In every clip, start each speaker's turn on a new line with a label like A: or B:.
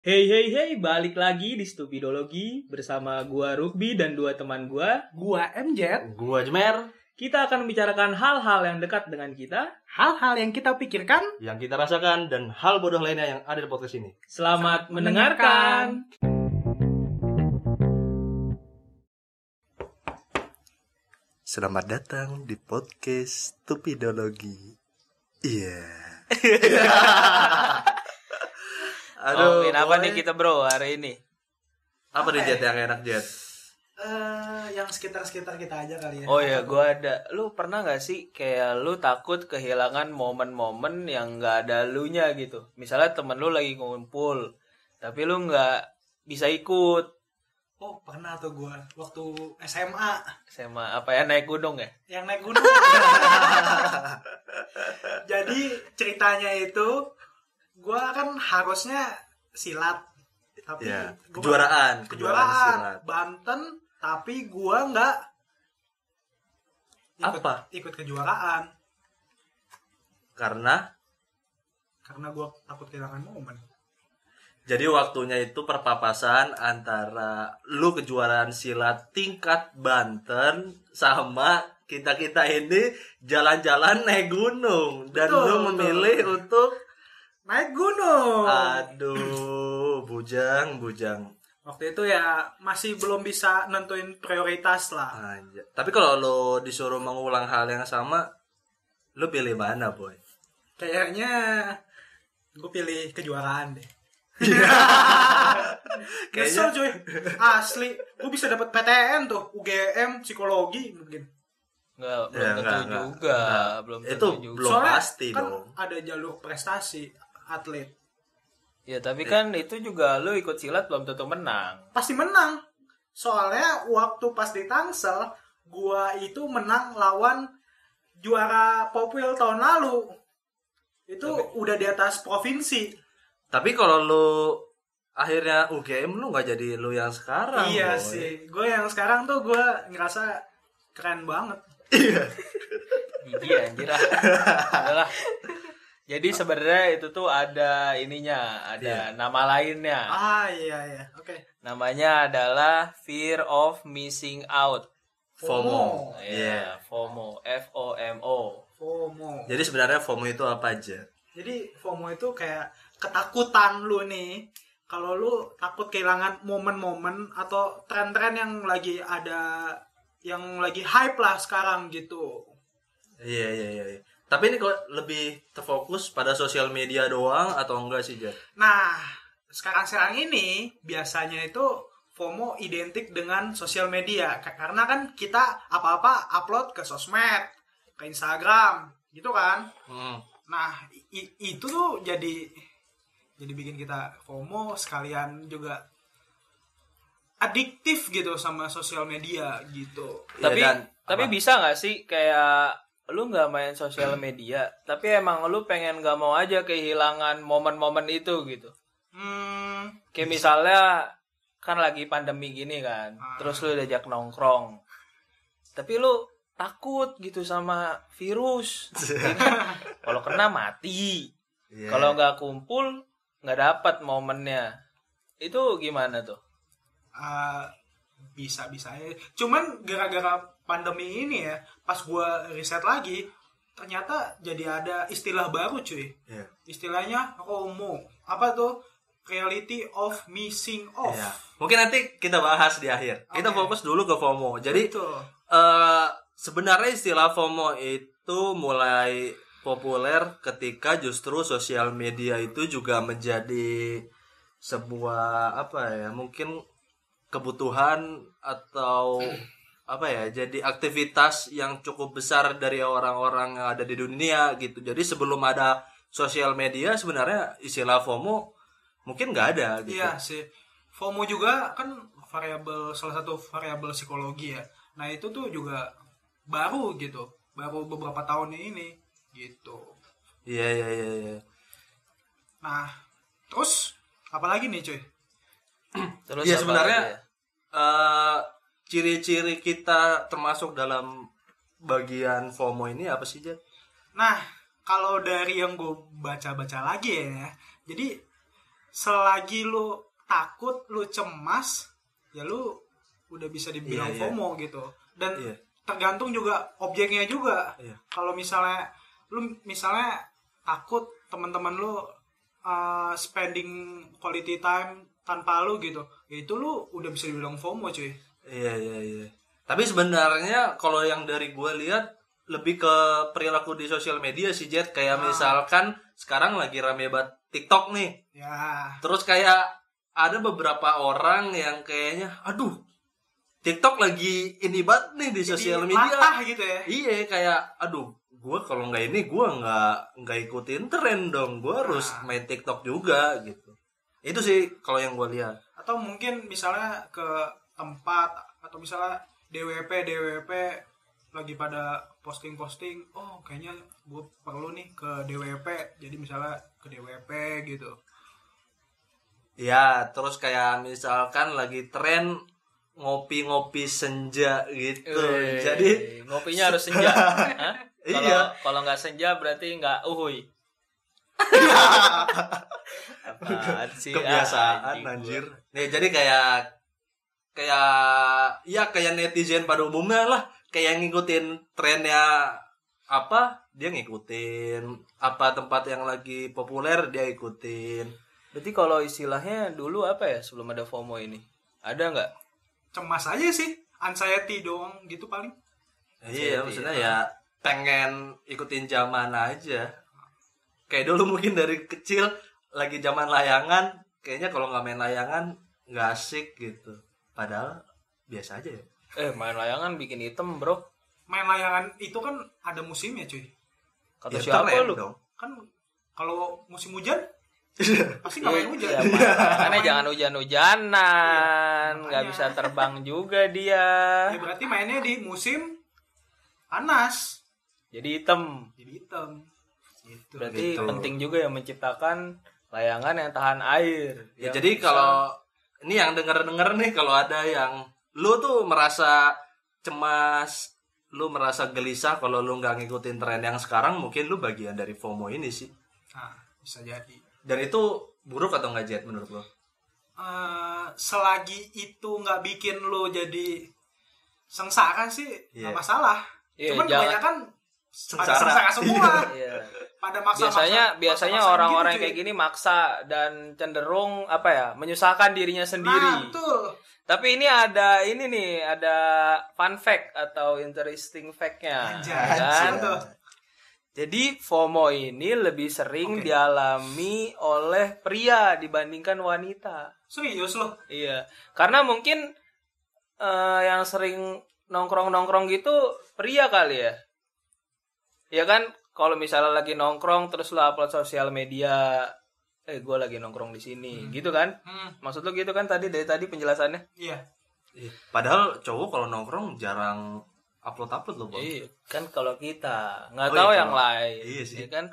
A: Hey hey hey, balik lagi di Stupidologi bersama gua Rugby dan dua teman gua.
B: Gua MJ,
C: Gua Jemer
A: Kita akan membicarakan hal-hal yang dekat dengan kita.
B: hal-hal yang kita pikirkan
C: yang kita rasakan dan hal bodoh lainnya yang ada di podcast ini.
A: Selamat mendengarkan.
D: Selamat datang di podcast Stupidologi. Iya.
A: Oh,
D: Aduh,
A: kenapa
D: boy.
A: nih kita bro hari ini?
D: Apa nih
B: ya?
D: Jet yang enak Jet?
B: eh yang sekitar-sekitar kita aja kali ya.
E: Oh ya,
D: iya.
E: gua ada. Lu pernah gak sih kayak lu takut kehilangan momen-momen yang gak ada lunya gitu? Misalnya temen lu lagi ngumpul, tapi lu gak bisa ikut
B: Oh, pernah tuh gua waktu SMA
E: sama apa ya naik gunung ya?
B: yang naik gunung. Jadi ceritanya itu gua kan harusnya silat tapi
D: Ya,
B: gua-
D: kejuaraan, kejuaraan
B: kejuaraan
D: silat.
B: Banten tapi gua nggak ikut,
D: Apa?
B: ikut kejuaraan
D: Karena
B: karena gua takut kehilangan momen.
D: jadi waktunya itu perpapasan antara lu kejuaraan silat tingkat Banten sama kita-kita ini jalan-jalan naik gunung dan
B: Betul, Oh.
D: lu
B: betul.
D: memilih untuk
B: Naik gunung.
D: aduh bujang bujang
B: Waktu itu ya masih belum bisa nentuin prioritas lah.
D: Anjay. Tapi kalau lo disuruh mengulang hal yang sama, lo pilih mana, boy?
B: Kayaknya gue pilih kejuaraan deh. Kesel
D: Iya. Kayaknya
B: cuy, asli. Gue bisa dapat PTN tuh, UGM, psikologi mungkin.
E: Nggak, belum
D: Ya,
E: tentu
D: nggak, nggak,
E: juga,
D: nggak.
E: belum
D: Itu
E: tentu juga.
D: belum pasti
B: kan
D: dong.
B: ada jalur prestasi atlet.
E: Ya tapi
D: Eh.
E: kan itu juga lu ikut silat belum tentu menang.
B: Pasti menang. Soalnya waktu pas di Tangsel, gua itu menang lawan juara Popwil tahun lalu. Itu udah di atas provinsi.
D: Tapi kalau lo akhirnya UGM lo nggak jadi lo yang sekarang.
B: Iya
D: boy.
B: sih, gue yang sekarang tuh gue ngerasa keren banget.
E: Iya anjir ah. Udahlah. Jadi sebenarnya itu tuh ada ininya,
D: Iya.
E: ada nama lainnya.
B: Ah iya iya, oke.
E: Namanya adalah fear of missing out.
D: FOMO.
E: Ya,
D: Iya.
E: FOMO, F O M O.
B: FOMO.
D: Jadi sebenarnya FOMO itu apa aja?
B: Jadi FOMO itu kayak ketakutan lu nih. Kalau lu takut kehilangan momen-momen atau tren-tren yang lagi ada, yang lagi hype lah sekarang gitu.
D: Iya iya iya. iya. Tapi ini kalau lebih terfokus pada sosial media doang atau enggak sih, Jar?
B: Nah, sekarang-sekarang ini biasanya itu FOMO identik dengan sosial media Ka- karena kan kita apa-apa upload ke sosmed, ke Instagram, gitu kan.
D: Hmm.
B: Nah, i- i- itu tuh jadi jadi bikin kita FOMO sekalian juga adiktif gitu sama sosial media gitu.
D: Iya,
E: Tapi
D: dan
E: tapi
D: apa?
E: bisa nggak sih kayak lu nggak main sosial media, tapi emang lu pengen nggak mau aja kehilangan momen-momen itu gitu.
B: Hmm,
E: Kayak misalnya kan lagi pandemi gini kan,
D: Ah.
E: terus lu diajak nongkrong, tapi lu takut gitu sama virus. Jadi, Kalau kena mati,
D: Iya.
E: kalau nggak kumpul nggak dapat momennya. Itu gimana tuh?
B: eh, bisa-bisa aja. Cuman gara-gara pandemi ini ya, pas gua riset lagi, ternyata jadi ada istilah baru cuy.
D: Iya.
B: Istilahnya FOMO. Apa tuh? Reality of missing off.
D: Iya. Mungkin nanti kita bahas di akhir. Kita
B: Oke.
D: fokus dulu ke FOMO. Jadi
B: Itu.
D: eh sebenarnya istilah FOMO itu mulai populer ketika justru sosial media itu juga menjadi sebuah apa ya mungkin kebutuhan atau apa ya jadi aktivitas yang cukup besar dari orang-orang yang ada di dunia gitu jadi sebelum ada sosial media sebenarnya istilah FOMO mungkin nggak ada gitu
B: Iya sih. FOMO juga kan variabel salah satu variabel psikologi ya. Nah, itu tuh juga baru gitu. Baru beberapa tahun ini gitu.
D: iya iya iya, iya.
B: Nah, terus apalagi nih cuy?
E: Terus
D: Iya
E: apa
D: sebenarnya
E: lagi ya?
D: eh, ciri-ciri kita termasuk dalam bagian FOMO ini apa sih Jan?
B: Nah, kalau dari yang gue baca-baca lagi ya, jadi selagi lu takut lu cemas ya lu udah bisa dibilang
D: Iya, iya.
B: FOMO gitu dan
D: Iya.
B: tergantung juga objeknya juga
D: Iya.
B: kalau misalnya lu misalnya takut teman-teman lu uh, spending quality time tanpa lu gitu ya itu lu udah bisa dibilang FOMO cuy
D: Iya iya iya. Tapi sebenarnya kalau yang dari gue lihat lebih ke perilaku di sosial media sih Jet kayak
B: Ah.
D: misalkan sekarang lagi rame banget TikTok nih.
B: ya
D: Terus kayak ada beberapa orang yang kayaknya aduh TikTok lagi ini banget nih di sosial
B: Jadi
D: media.
B: latah gitu ya
D: Iya kayak aduh gue kalau nggak ini gue nggak nggak ikutin tren dong gue harus
B: Ah.
D: main TikTok juga gitu itu sih kalau yang gue lihat
B: atau mungkin misalnya ke tempat atau misalnya DWP DWP lagi pada posting-posting oh kayaknya gue perlu nih ke DWP jadi misalnya ke DWP gitu
D: Ya, terus kayak misalkan lagi tren ngopi-ngopi senja gitu.
E: Wih,
D: Jadi
E: ngopinya harus senja. Hah? Kalau-
D: Iya.
E: Kalau nggak senja berarti nggak uhui. Apaan sih? Ah,
D: kebiasaan
E: anjing
D: anjir.
E: gua.
D: Nih, jadi kayak kayak ya kayak netizen pada umumnya lah, kayak ngikutin trennya apa dia ngikutin apa tempat yang lagi populer dia ikutin
E: Berarti kalau istilahnya dulu apa ya sebelum ada FOMO ini? Ada nggak?
B: cemas aja sih anxiety doang gitu paling
D: iya
E: Jadi,
D: maksudnya ya pengen ikutin zaman aja kayak dulu mungkin dari kecil lagi zaman layangan kayaknya kalau nggak main layangan nggak asik gitu padahal biasa aja ya
E: Eh main layangan bikin item bro.
B: main layangan itu kan ada musimnya cuy
E: Kata
D: Ya,
E: siapa
D: keren
E: lu?
D: dong
B: kan kalau musim hujan pasti nggak
E: Iya,
B: main hujan
E: iya, main layangannya jangan hujan-hujanan,
B: Iya,
E: nggak
B: makanya.
E: bisa terbang juga dia.
B: Ya, berarti mainnya di musim panas
E: Jadi item.
B: jadi hitam gitu
E: Berarti
D: Gitu.
E: penting juga yang menciptakan layangan yang tahan air.
D: ya
E: Yang
D: jadi
E: bisa-
D: kalau ini yang denger denger nih kalau ada yang lu tuh merasa cemas lu merasa gelisah kalau lu nggak ngikutin tren yang sekarang mungkin lu bagian dari FOMO ini sih
B: nah bisa jadi
D: dan itu buruk atau nggak jet menurut lo
B: eh selagi itu nggak bikin lo jadi sengsara sih nggak
D: Iya.
B: masalah.
E: Iya,
B: Cuman
E: jangan-
B: kebanyakan pada
D: Sengsara.
B: sengsara semua.
E: Iya.
B: pada maksa
E: biasanya biasanya orang-orang
B: gitu, ya.
E: yang kayak gitu gini maksa dan cenderung apa ya menyusahkan dirinya
B: Nah,
E: sendiri.
B: tuh.
E: Tapi ini ada ini nih ada fun fact atau interesting fact-nya.
B: Anjay,
E: kan?
B: tuh.
E: Jadi FOMO ini lebih sering
B: Oke.
E: dialami oleh pria dibandingkan wanita.
B: Serius lo.
E: Iya, karena mungkin eh, yang sering nongkrong-nongkrong gitu pria kali ya. Ya kan, kalau misalnya lagi nongkrong terus lo upload sosial media, eh gue lagi nongkrong di sini, gitu kan?
B: Hmm,
E: Maksud lo gitu kan tadi dari tadi penjelasannya?
B: iya.
D: Iya. Padahal cowok kalau nongkrong jarang upload upload loh bang.
E: Iya, kan kalau kita nggak
D: Oh, iya,
E: tahu
D: kalau-
E: yang lain,
D: iya sih.
E: ya kan.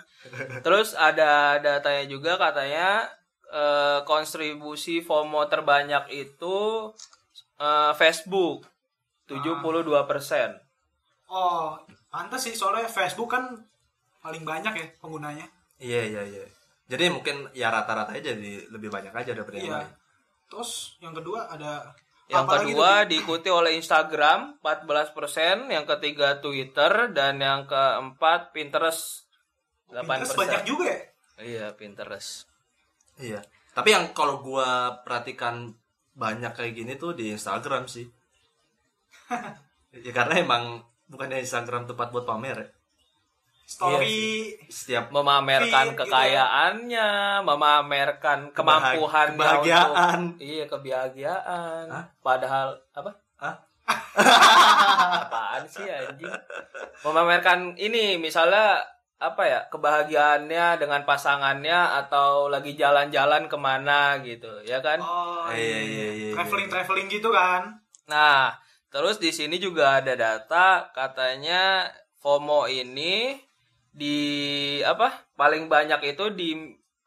E: Terus ada datanya juga katanya eh, kontribusi FOMO terbanyak itu eh, Facebook 72 persen.
B: Oh, pantas sih soalnya Facebook kan paling banyak ya penggunanya.
D: Iya iya iya. Jadi mungkin ya rata-rata aja jadi lebih banyak aja daripada yang
B: Iya.
D: lain.
B: Terus yang kedua ada
E: Yang
B: apa lagi
E: kedua
B: tuh?
E: diikuti oleh Instagram 14 yang ketiga Twitter dan yang keempat Pinterest 8
B: Pinterest banyak juga ya.
E: Iya Pinterest.
D: Iya. Tapi yang kalau gua perhatikan banyak kayak gini tuh di Instagram sih. ya karena emang bukannya Instagram tempat buat pamer ya.
B: Story
E: Iya
D: Setiap
E: memamerkan
B: Feed gitu
D: Iya.
B: ya.
E: kekayaannya, memamerkan kemampuhan
D: kebahagiaan.
E: iya kebahagiaan.
D: Hah?
E: Padahal apa?
D: Hah?
E: Apaan sih anjing? Memamerkan ini misalnya apa ya kebahagiaannya dengan pasangannya atau lagi jalan-jalan kemana gitu ya kan?
B: Oh,
D: Iya, iya, iya, iya.
B: traveling traveling gitu kan.
E: Nah, terus di sini juga ada data katanya FOMO ini di apa? Paling banyak itu di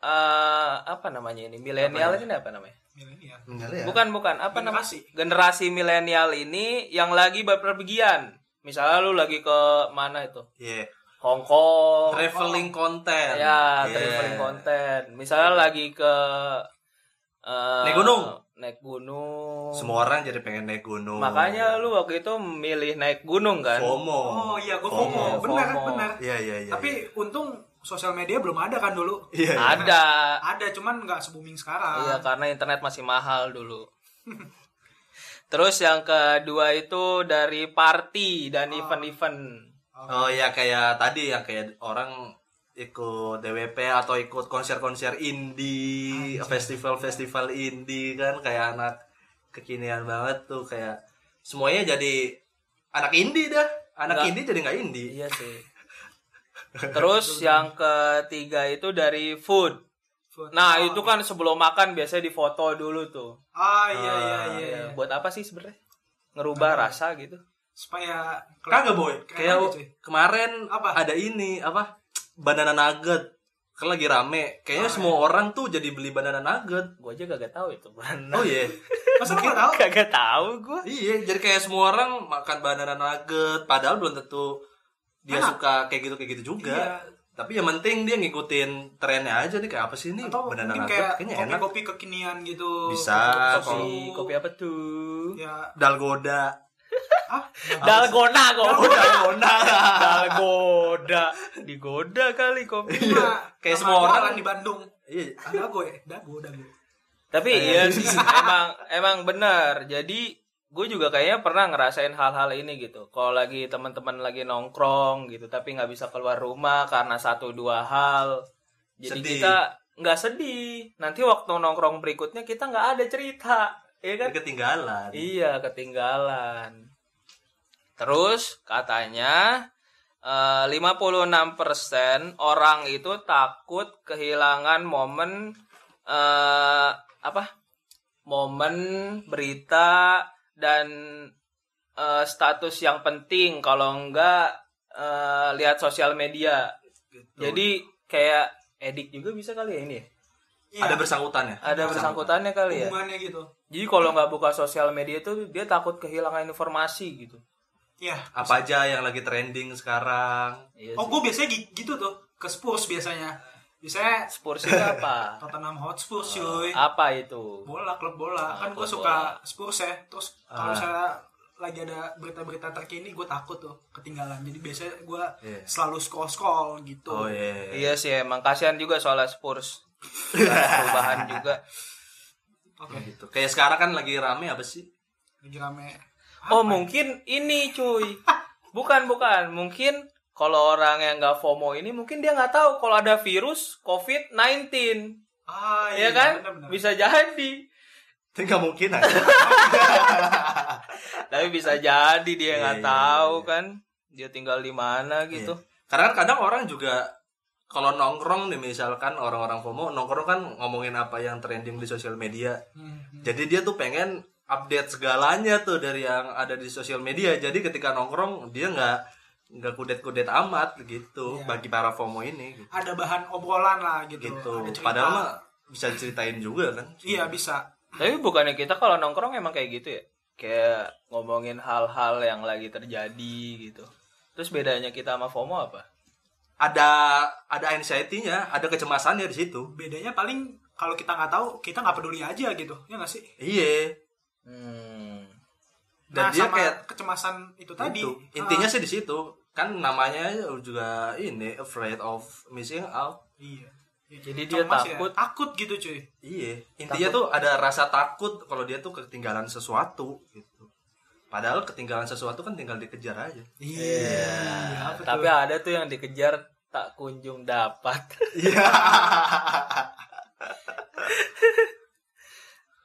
E: eh, apa namanya ini? Milenial ini apa namanya?
B: Milenial.
D: Bener ya?
E: Bukan bukan apa namanya?
B: Generasi.
E: Generasi milenial ini yang lagi berpergian. Misalnya lu lagi ke mana itu?
D: Iya.
E: Hong Kong.
D: Traveling konten.
E: Ya,
D: Iya.
E: traveling konten. Misalnya lagi ke eh,
D: Naik gunung.
E: naik gunung
D: Semua orang jadi pengen naik gunung.
E: Oh. makanya lu waktu itu milih naik gunung kan
D: FOMO.
B: Oh iya, gue
D: FOMO.
B: FOMO. Bener,
E: FOMO.
B: bener.
D: Iya iya iya.
B: Tapi untung sosial media belum ada kan dulu.
D: iya. iya.
E: ada
B: Ada, cuman nggak se-booming
E: iya
B: sekarang.
E: karena internet masih mahal dulu terus yang kedua itu dari party dan event-event
D: Oh ya kayak tadi yang kayak orang ikut DWP atau ikut konser-konser indie,
B: Ah, iya.
D: festival-festival indie kan kayak anak kekinian banget tuh kayak semuanya jadi anak indie dah. Anak
E: Nggak.
D: indie jadi nggak indie.
E: iya sih terus yang ketiga itu dari food
B: Food.
E: nah
B: Oh.
E: itu kan sebelum makan biasanya difoto dulu tuh
B: Ah iya iya iya.
E: Iya, buat apa sih sebenarnya ngerubah rasa gitu
B: Supaya
D: Kagak boy.
B: Keren aja,
D: Kayak
B: cuy.
D: kemarin
B: Apa?
D: ada ini apa banana nugget kan lagi rame.
B: Ah,
D: Kayaknya semua
B: iya.
D: orang tuh jadi beli banana nugget.
E: gue aja kagak tahu itu mana
B: Nah.
D: Oh iya.
B: Masa lu nggak tahu?
E: kagak tahu gue
D: Iya, jadi kayak semua orang makan banana nugget, padahal belum tentu dia suka kayak gitu kayak gitu juga.
B: Iya.
D: Tapi yang penting dia ngikutin trennya aja nih kayak apa sih ini
B: Atau
D: banana
B: mungkin
D: nugget
B: kayak
D: kayaknya enak.
B: kopi-kopi kekinian gitu.
D: Bisa,
E: kopi
B: susu.
E: kopi apa tuh
B: Ya.
D: Dalgoda.
B: Ah,
E: dalgona
D: Oh,
E: goda
D: Dalgona.
E: dalgoda digoda kali kopi
D: Kayak
B: kayak
D: semua
B: semua
D: orang-
B: di Bandung.
D: Iya.
B: Ah, dago ya, dago, dago.
E: tapi iya sih emang emang benar jadi gue juga kayaknya pernah ngerasain hal-hal ini gitu kalau lagi teman-teman lagi nongkrong gitu tapi nggak bisa keluar rumah karena satu dua hal jadi
D: Sedih.
E: kita nggak sedih nanti waktu nongkrong berikutnya kita nggak ada cerita ya kan
D: Dia ketinggalan.
E: Iya, ketinggalan. Terus katanya eh, 56% orang itu takut kehilangan momen eh, apa? Momen berita dan eh, status yang penting kalau enggak eh, lihat sosial media. Jadi kayak edik juga bisa kali ya ini. ya?
B: Iya,
D: Ada bersangkutan ya?
E: Ada bersangkutannya kali ya.
B: hubungannya gitu.
E: Jadi kalau nggak buka sosial media tuh dia takut kehilangan informasi gitu.
B: Iya.
D: Apa aja yang lagi trending sekarang?
E: Iya
B: Oh, gue biasanya gi- gitu tuh ke Spurs biasanya. Biasanya
E: Spurs itu apa?
B: Tottenham
D: Ah.
B: Hotspur cuy.
E: apa itu?
B: Bola, klub bola. kan
E: klub
B: gue suka Spurs ya. Terus
D: Ah.
B: kalau saya lagi ada berita-berita terkini gue takut tuh ketinggalan. Jadi biasanya gue
D: Iya.
B: selalu scroll-scroll gitu.
D: Oh iya.
E: Iya sih emang kasihan juga soalnya Spurs. Perubahan juga.
B: Oke,
D: Gitu. Kayak sekarang kan lagi rame apa sih?
B: lagi rame.
E: Oh mungkin ini cuy. Bukan bukan mungkin kalau orang yang nggak FOMO ini mungkin dia nggak tahu kalau ada virus COVID-19.
B: Ah,
D: Iya,
E: ya kan?
B: benar-benar.
E: Bisa jadi.
D: Itu nggak mungkin aja.
E: Tapi bisa jadi dia
D: Iya,
E: nggak
D: iya,
E: tahu
D: iya.
E: kan. Dia tinggal di mana gitu.
D: Iya. Karena kan kadang orang juga kalau nongkrong nih misalkan orang-orang FOMO nongkrong kan ngomongin apa yang trending di sosial media.
B: Hmm.
D: Jadi dia tuh pengen update segalanya tuh dari yang ada di sosial media. Jadi ketika nongkrong dia nggak nggak kudet-kudet amat gitu
B: Iya.
D: bagi para FOMO ini gitu.
B: Ada bahan obrolan lah gitu. Ada cerita.
D: Padahal mah bisa diceritain juga kan.
B: Iya bisa.
E: Tapi bukannya kita kalau nongkrong emang kayak gitu ya? Kayak ngomongin hal-hal yang lagi terjadi gitu. Terus bedanya kita sama FOMO apa?
D: Ada ada anxiety-nya, ada kecemasannya di situ.
B: Bedanya paling kalau kita nggak tahu kita nggak peduli aja gitu. Ya nggak sih?
D: Iya.
E: Hmm.
B: nah,
D: Dan dia
B: sama
D: kayak
B: kecemasan itu tadi.
D: Itu. Gitu. Intinya sih di situ. Kan namanya juga ini afraid of missing
B: Ah,
D: out.
B: iya. Iya.
E: Jadi dia
B: Sama sih ya,
E: takut.
B: takut gitu cuy.
D: Iya. Intinya tuh ada rasa takut kalau dia tuh ketinggalan sesuatu gitu. Padahal ketinggalan sesuatu kan tinggal dikejar aja.
B: Iya. apa
E: Tapi
B: tuh?
E: ada tuh yang dikejar tak kunjung dapat.
D: Iya.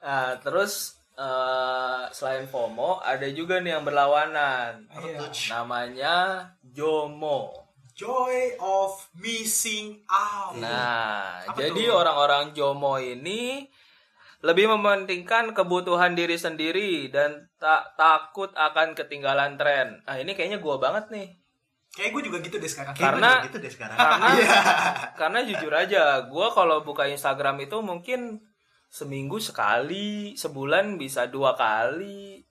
E: Nah, terus eh, selain FOMO ada juga nih yang berlawanan.
B: Iya.
E: Namanya JOMO.
B: Joy of missing out.
E: Nah,
B: Apa
E: jadi
B: tuh?
E: orang-orang Jomo ini lebih mementingkan kebutuhan diri sendiri dan tak takut akan ketinggalan tren. Ah, ini kayaknya gua banget nih.
B: Kayak gue juga gitu deh sekarang.
E: Kayak- Karena-
D: gitu deh sekarang.
E: Karena karena jujur aja, gua kalau buka Instagram itu mungkin seminggu sekali, sebulan bisa dua kali.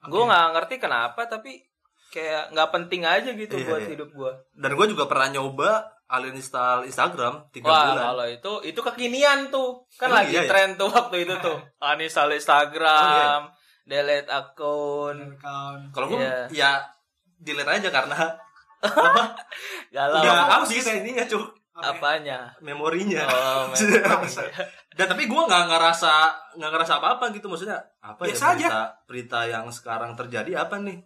E: Gue nggak ngerti kenapa, tapi kayak nggak penting aja gitu
D: Iya,
E: buat
D: iya.
E: hidup gua.
D: Dan gue juga pernah nyoba uninstall Instagram tiga
E: Wah,
D: bulan.
E: kalau itu itu kekinian tuh. Kan
D: Emang
E: lagi
D: iya Oh, ya?
E: tren tuh waktu itu tuh. Uninstall Instagram, delete akun,
B: Account.
D: Kalau gue
E: Iya.
D: ya delete aja karena
E: galau
D: udah
B: Iya.
D: habis ininya ya,
B: Apa?
D: cuk
B: ya,
E: apanya?
D: memorinya.
E: Oh,
D: Dan tapi gue nggak ngerasa nggak ngerasa apa-apa gitu maksudnya apa
B: Biasa aja.
D: ya berita berita yang sekarang terjadi apa nih?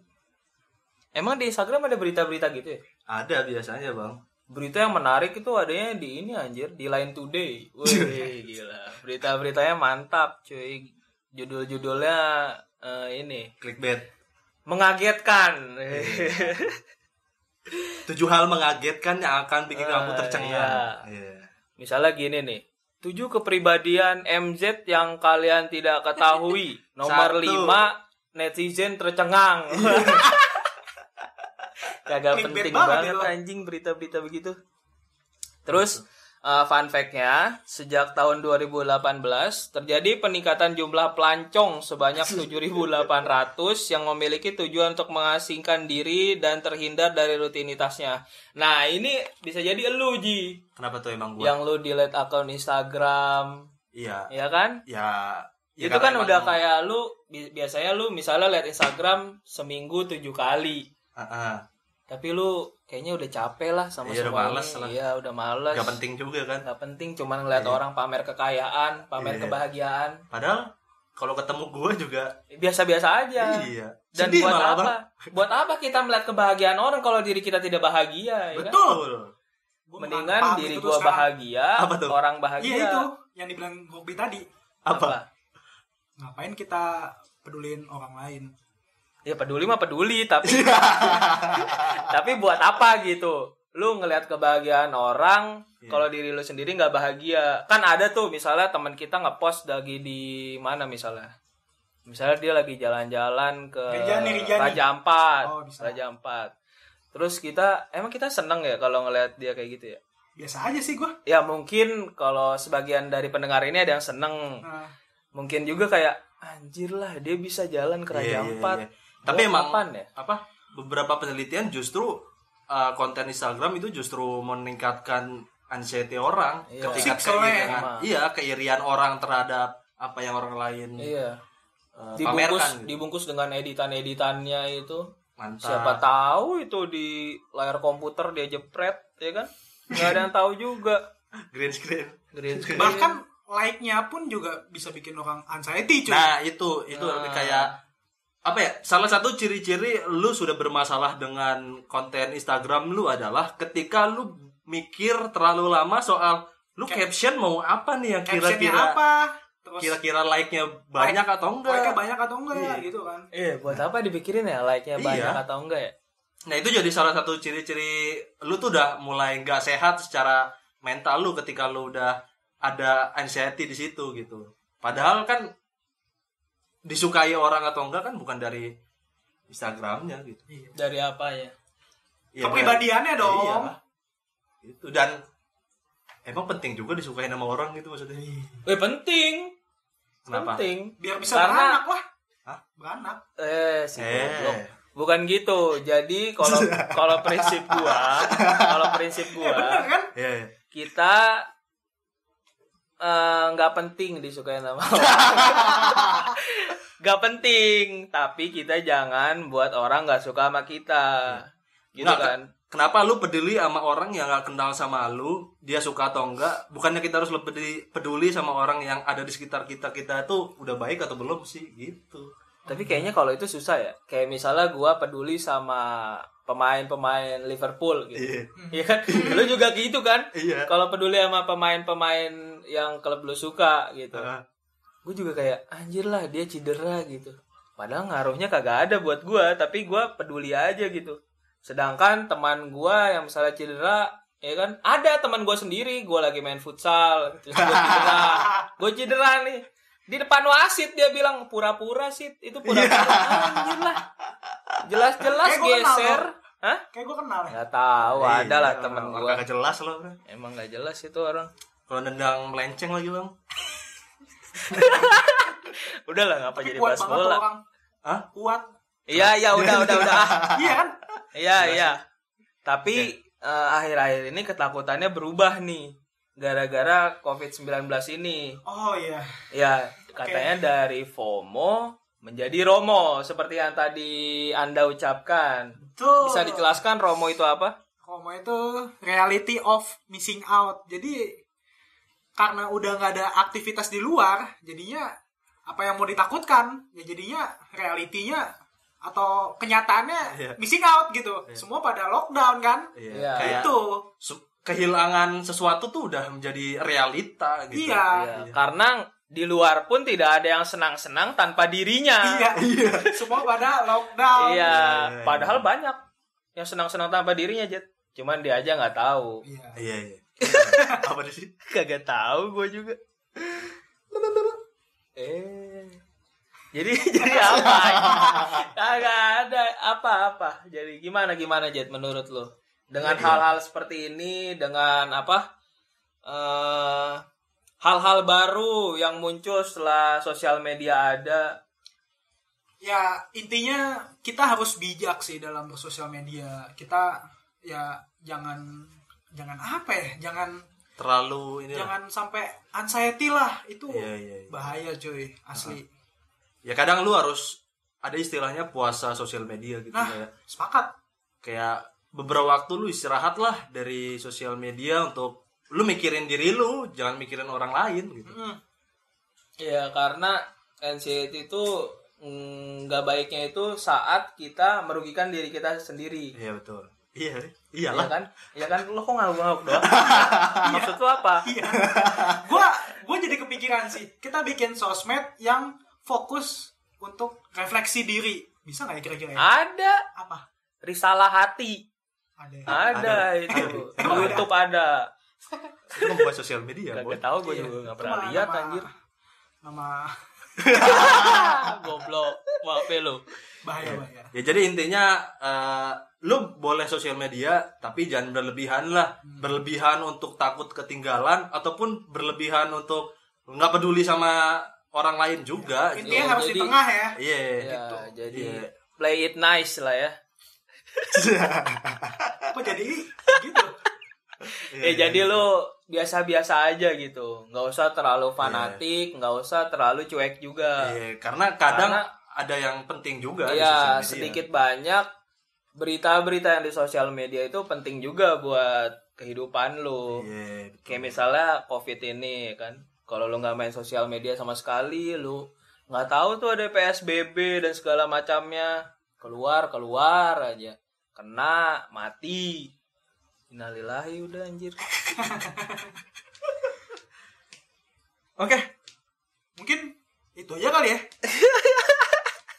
E: Emang di Instagram ada berita-berita gitu ya?
D: Ada biasanya bang.
E: Berita yang menarik itu adanya di ini anjir, di Line Today.
D: Iya.
E: Wih, gila. Berita-beritanya mantap, cuy. Judul-judulnya eh, ini
D: Clickbait.
E: mengagetkan.
D: Iya. Tujuh hal mengagetkan yang akan bikin
E: Ah,
D: kamu tercengang. Iya.
E: Misalnya gini nih. Tujuh kepribadian MZ yang kalian tidak ketahui. Nomor
D: Satu.
E: lima, netizen tercengang. Kagak
B: Clickbait
E: penting
B: banget
E: banget
B: itu.
E: anjing berita-berita begitu. Terus eh, fun fact-nya, sejak tahun 2018 terjadi peningkatan jumlah pelancong sebanyak 7.800 yang memiliki tujuan untuk mengasingkan diri dan terhindar dari rutinitasnya. Nah, ini bisa jadi elu, Ji
D: Kenapa tuh emang gue?
E: yang lu delete akun Instagram,
D: Iya.
E: ya kan?
D: Ya. ya
E: itu
D: karena
E: kan
D: emang-
E: udah kayak lu bi- biasanya lu misalnya lihat Instagram seminggu tujuh kali,
D: Ah, ah.
E: tapi lu kayaknya udah capek lah sama
D: Iya, udah
E: semua
D: males
E: ini.
D: lah.
E: Iya, udah males.
D: Gak penting juga kan.
E: Gak penting cuman ngeliat
D: Iya.
E: orang pamer kekayaan, pamer
D: Iya.
E: kebahagiaan.
D: Padahal kalau ketemu gue juga
E: Biasa-biasa aja.
D: iya.
E: Dan
D: Sedih
E: buat
D: malah,
E: apa?
D: Bang.
E: Buat apa kita melihat kebahagiaan orang kalau diri kita tidak bahagia, ya kan?
D: Betul.
B: Gua
E: Mendingan
B: paham
E: diri
B: itu tuh
E: gua
B: sekarang.
E: bahagia,
D: Apa tuh?
E: orang bahagia.
B: Iya itu yang dibilang Robi tadi.
D: Apa?
B: Ngapain kita pedulin orang lain?
E: Ya peduli mah peduli tapi
D: Iya.
E: tapi buat apa gitu? Lu ngelihat kebahagiaan orang
D: Iya.
E: kalau diri lu sendiri nggak bahagia. Kan ada tuh misalnya teman kita ngepost lagi di mana misalnya. Misalnya dia lagi jalan-jalan ke
B: Rinjani, Rinjani.
E: Eh, Raja Ampat.
B: Oh, bisa.
E: Raja Ampat. Terus kita emang kita seneng ya kalau ngelihat dia kayak gitu ya.
B: Biasa aja sih gua.
E: Ya mungkin kalau sebagian dari pendengar ini ada yang seneng.
D: Hmm.
B: Nah,
E: Mungkin juga kayak anjir lah dia bisa jalan ke Raja
D: Iya, iya,
E: Ampat.
D: iya. Tapi
E: Gua
D: emang
E: kapan ya?
D: apa? Beberapa penelitian justru uh, konten Instagram itu justru meningkatkan anxiety orang
E: Iya.
D: ketika
B: Toxic soalnya ya.
D: keirian, iya keirian orang terhadap apa yang orang lain
E: Iya. dibungkus
D: uh, Hmm. pamerkan. gitu. Nah.
E: dibungkus dengan editan-editannya itu
D: Mantap.
E: siapa tahu itu di layar komputer dia jepret ya kan nggak ada yang tahu juga
D: Green screen.
E: green screen
B: bahkan like-nya pun juga bisa bikin orang anxiety cuy.
D: Nah itu itu
E: Nah.
D: lebih kayak apa ya? Salah satu ciri-ciri lu sudah bermasalah dengan konten Instagram lu adalah ketika lu mikir terlalu lama soal lu caption mau apa nih yang
B: Captionnya
D: kira-kira
B: apa? Terus
D: kira-kira like-nya banyak atau
B: mereka
D: enggak?
B: banyak atau enggak
D: Iya.
B: gitu kan?
E: eh buat apa dipikirin ya like-nya
D: Iya.
E: banyak atau enggak ya
D: Nah itu jadi salah satu ciri-ciri lu tuh udah mulai nggak sehat secara mental lu ketika lu udah ada anxiety di situ gitu. Padahal kan disukai orang atau enggak kan bukan dari Instagramnya gitu.
E: dari apa ya
D: Ya,
E: Iya,
B: Kepribadiannya
D: dari-
B: dong.
D: Iya. Itu dan emang penting juga disukai sama orang gitu maksudnya.
E: eh penting
D: Kenapa?
E: penting
B: Biar bisa
E: Karena-
B: beranak lah.
D: Hah?
B: Beranak.
E: eh si
D: Eh.
E: goblok. bukan gitu jadi kalau kalau prinsip gua kalau prinsip
B: Eh, bener
E: gua
B: kan?
D: Iya. iya.
E: kita eh, nggak penting disukai nama orang. nggak penting tapi kita jangan buat orang nggak suka sama kita gitu
D: Iya. Nggak,
E: kan
D: Kenapa lu peduli sama orang yang gak kenal sama lu, dia suka atau enggak? Bukannya kita harus lebih peduli, peduli sama orang yang ada di sekitar kita kita tuh udah baik atau belum sih gitu.
E: tapi kayaknya kalau itu susah ya kayak misalnya gua peduli sama pemain-pemain Liverpool gitu Iya kan lu juga gitu kan
D: Hmm. Iya.
E: kalau peduli sama pemain-pemain yang klub lu suka gitu
D: Heeh.
E: gue juga kayak anjir lah dia cedera gitu padahal ngaruhnya kagak ada buat gue tapi gue peduli aja gitu sedangkan teman gue yang misalnya cedera ya kan ada teman gue sendiri gue lagi main futsal terus gue cedera gue cedera nih di depan wasit dia bilang pura-pura sit itu pura-pura anjir lah jelas-jelas
B: Iya. Kayak gua kenal
E: geser Hah?
B: Kayak gue kenal ya.
E: nggak tahu ada lah
D: Iya,
E: teman
D: orang
E: gue
D: kagak jelas lo. bro.
E: emang nggak jelas itu orang
D: Kalau nendang melenceng lagi, Bang.
E: udah lah ngapa jadi
B: Kuat
E: bahas
B: banget
E: bola
B: tuh orang.
D: Hah?
B: Kuat.
E: iya iya udah udah udah
B: Iya kan?
E: Iya iya. Tapi eh, akhir-akhir ini ketakutannya berubah nih gara-gara COVID-19 ini.
B: Oh iya.
E: Ya, katanya dari FOMO menjadi ROMO seperti yang tadi Anda ucapkan.
B: Tuh.
E: Bisa dijelaskan ROMO itu apa?
B: Romo itu reality of missing out. Jadi karena udah nggak ada aktivitas di luar, jadinya apa yang mau ditakutkan? Ya jadinya realitinya atau kenyataannya
D: Iya.
B: missing out gitu. Semua pada lockdown kan?
D: Iya.
E: Iya.
D: Kayak
B: Itu.
D: su- kehilangan sesuatu tuh udah menjadi realita gitu.
B: Iya.
E: Ya, karena di luar pun tidak ada yang senang-senang tanpa dirinya.
B: Iya. Semua pada lockdown.
E: Iya,
D: iya,
E: padahal banyak yang senang-senang tanpa dirinya, Jet. Cuman dia aja nggak tahu.
B: Iya.
D: Iya, iya. Apa sih?
E: Kagak tahu gue juga. eh. Jadi jadi apa? Kagak ada apa-apa. Jadi gimana gimana Jet menurut lo? Dengan hal-hal seperti ini, dengan apa? eh hal-hal baru yang muncul setelah sosial media ada.
B: ya intinya kita harus bijak sih dalam bersosial media kita ya jangan jangan apa ya jangan
D: Terlalu
E: Iya.
D: ini. lah.
B: jangan sampai anxiety lah itu
D: Iya, iya, iya.
B: bahaya cuy
E: Iya.
B: asli
D: Ya kadang lu harus ada istilahnya puasa sosial media gitu
B: nah
D: kayak
B: sepakat
D: kayak beberapa waktu lu istirahat lah dari sosial media untuk lu mikirin diri lu, jangan mikirin orang lain gitu.
B: Mm.
E: Ya karena anxiety itu mm, nggak baiknya itu saat kita merugikan diri kita sendiri.
D: Iya betul. Iya,
E: Iya
D: iyalah.
E: kan? Iya kan? Lo kok ngangguk-ngangguk doang? Maksud lo apa?
B: iya gua gua jadi kepikiran sih kita bikin sosmed yang fokus untuk refleksi diri bisa nggak ya kira-kira
E: Ah.
B: ya?
E: Ada
B: apa
E: risalah hati.
B: ada ya?
E: Ah, Ada, itu.
D: Iya.
E: Di YouTube ada.
D: Itu membuat sosial media, Boy.
E: Gak tahu gue juga gak pernah
B: Iya. Itu mah
E: lihat
B: nama-
E: anjir.
B: nama
E: Ah, Goblok. Maaf ya lo.
B: bahaya bahaya
D: Ya jadi intinya eh, lu boleh sosial media tapi jangan berlebihan lah.
E: Hmm.
D: Berlebihan untuk takut ketinggalan ataupun berlebihan untuk nggak peduli sama orang lain juga. gitu.
B: intinya harus
E: Iya.
B: di
E: jadi-
B: tengah ya
D: Iya.
E: Ya,
D: gitu.
E: jadi
D: Iya.
E: play it nice lah ya.
B: kok jadi gitu
D: Iya,
E: Ya jadi lo biasa-biasa aja gitu. Nggak usah terlalu fanatik, nggak usah terlalu cuek juga.
D: Iya, karena kadang
E: Karena-
D: ada yang penting juga di sosial
E: Iya,
D: media.
E: sedikit banyak berita-berita yang di sosial media itu penting juga buat kehidupan lo.
D: Iya, betul.
E: Kayak misalnya COVID ini kan, kalau lu nggak main sosial media sama sekali, lu nggak tahu tuh ada PSBB dan segala macamnya. Keluar, keluar aja. Kena, mati. Innalillahi udah anjir.
B: Oke. Mungkin itu
D: iya
B: aja kali ya.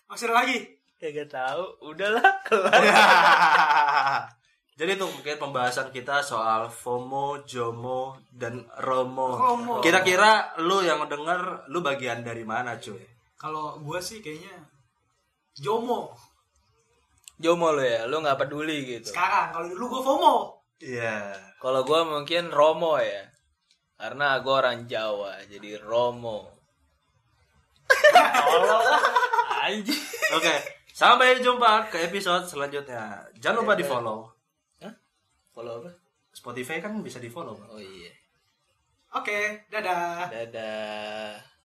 B: Masih ada lagi.
E: Kagak tahu, udahlah kelar.
D: Jadi itu mungkin pembahasan kita soal FOMO, JOMO, dan ROMO.
B: FOMO.
D: Kira-kira lu yang denger, lu bagian dari mana cuy?
B: Kalau gue sih kayaknya Jomo
E: Jomo lo ya, lu nggak peduli gitu.
B: sekarang. Kalau dulu gue FOMO.
D: Iya.
E: Kalau gua mungkin Romo ya. Karena gua orang Jawa, jadi Romo. Tolong lah, Ya anjir.
D: Oke, sampai jumpa ke episode selanjutnya. Jangan lupa di follow.
E: Follow apa?
D: kan? Spotify kan bisa di follow.
E: Oh iya.
B: Oke, dadah.
E: Dadah.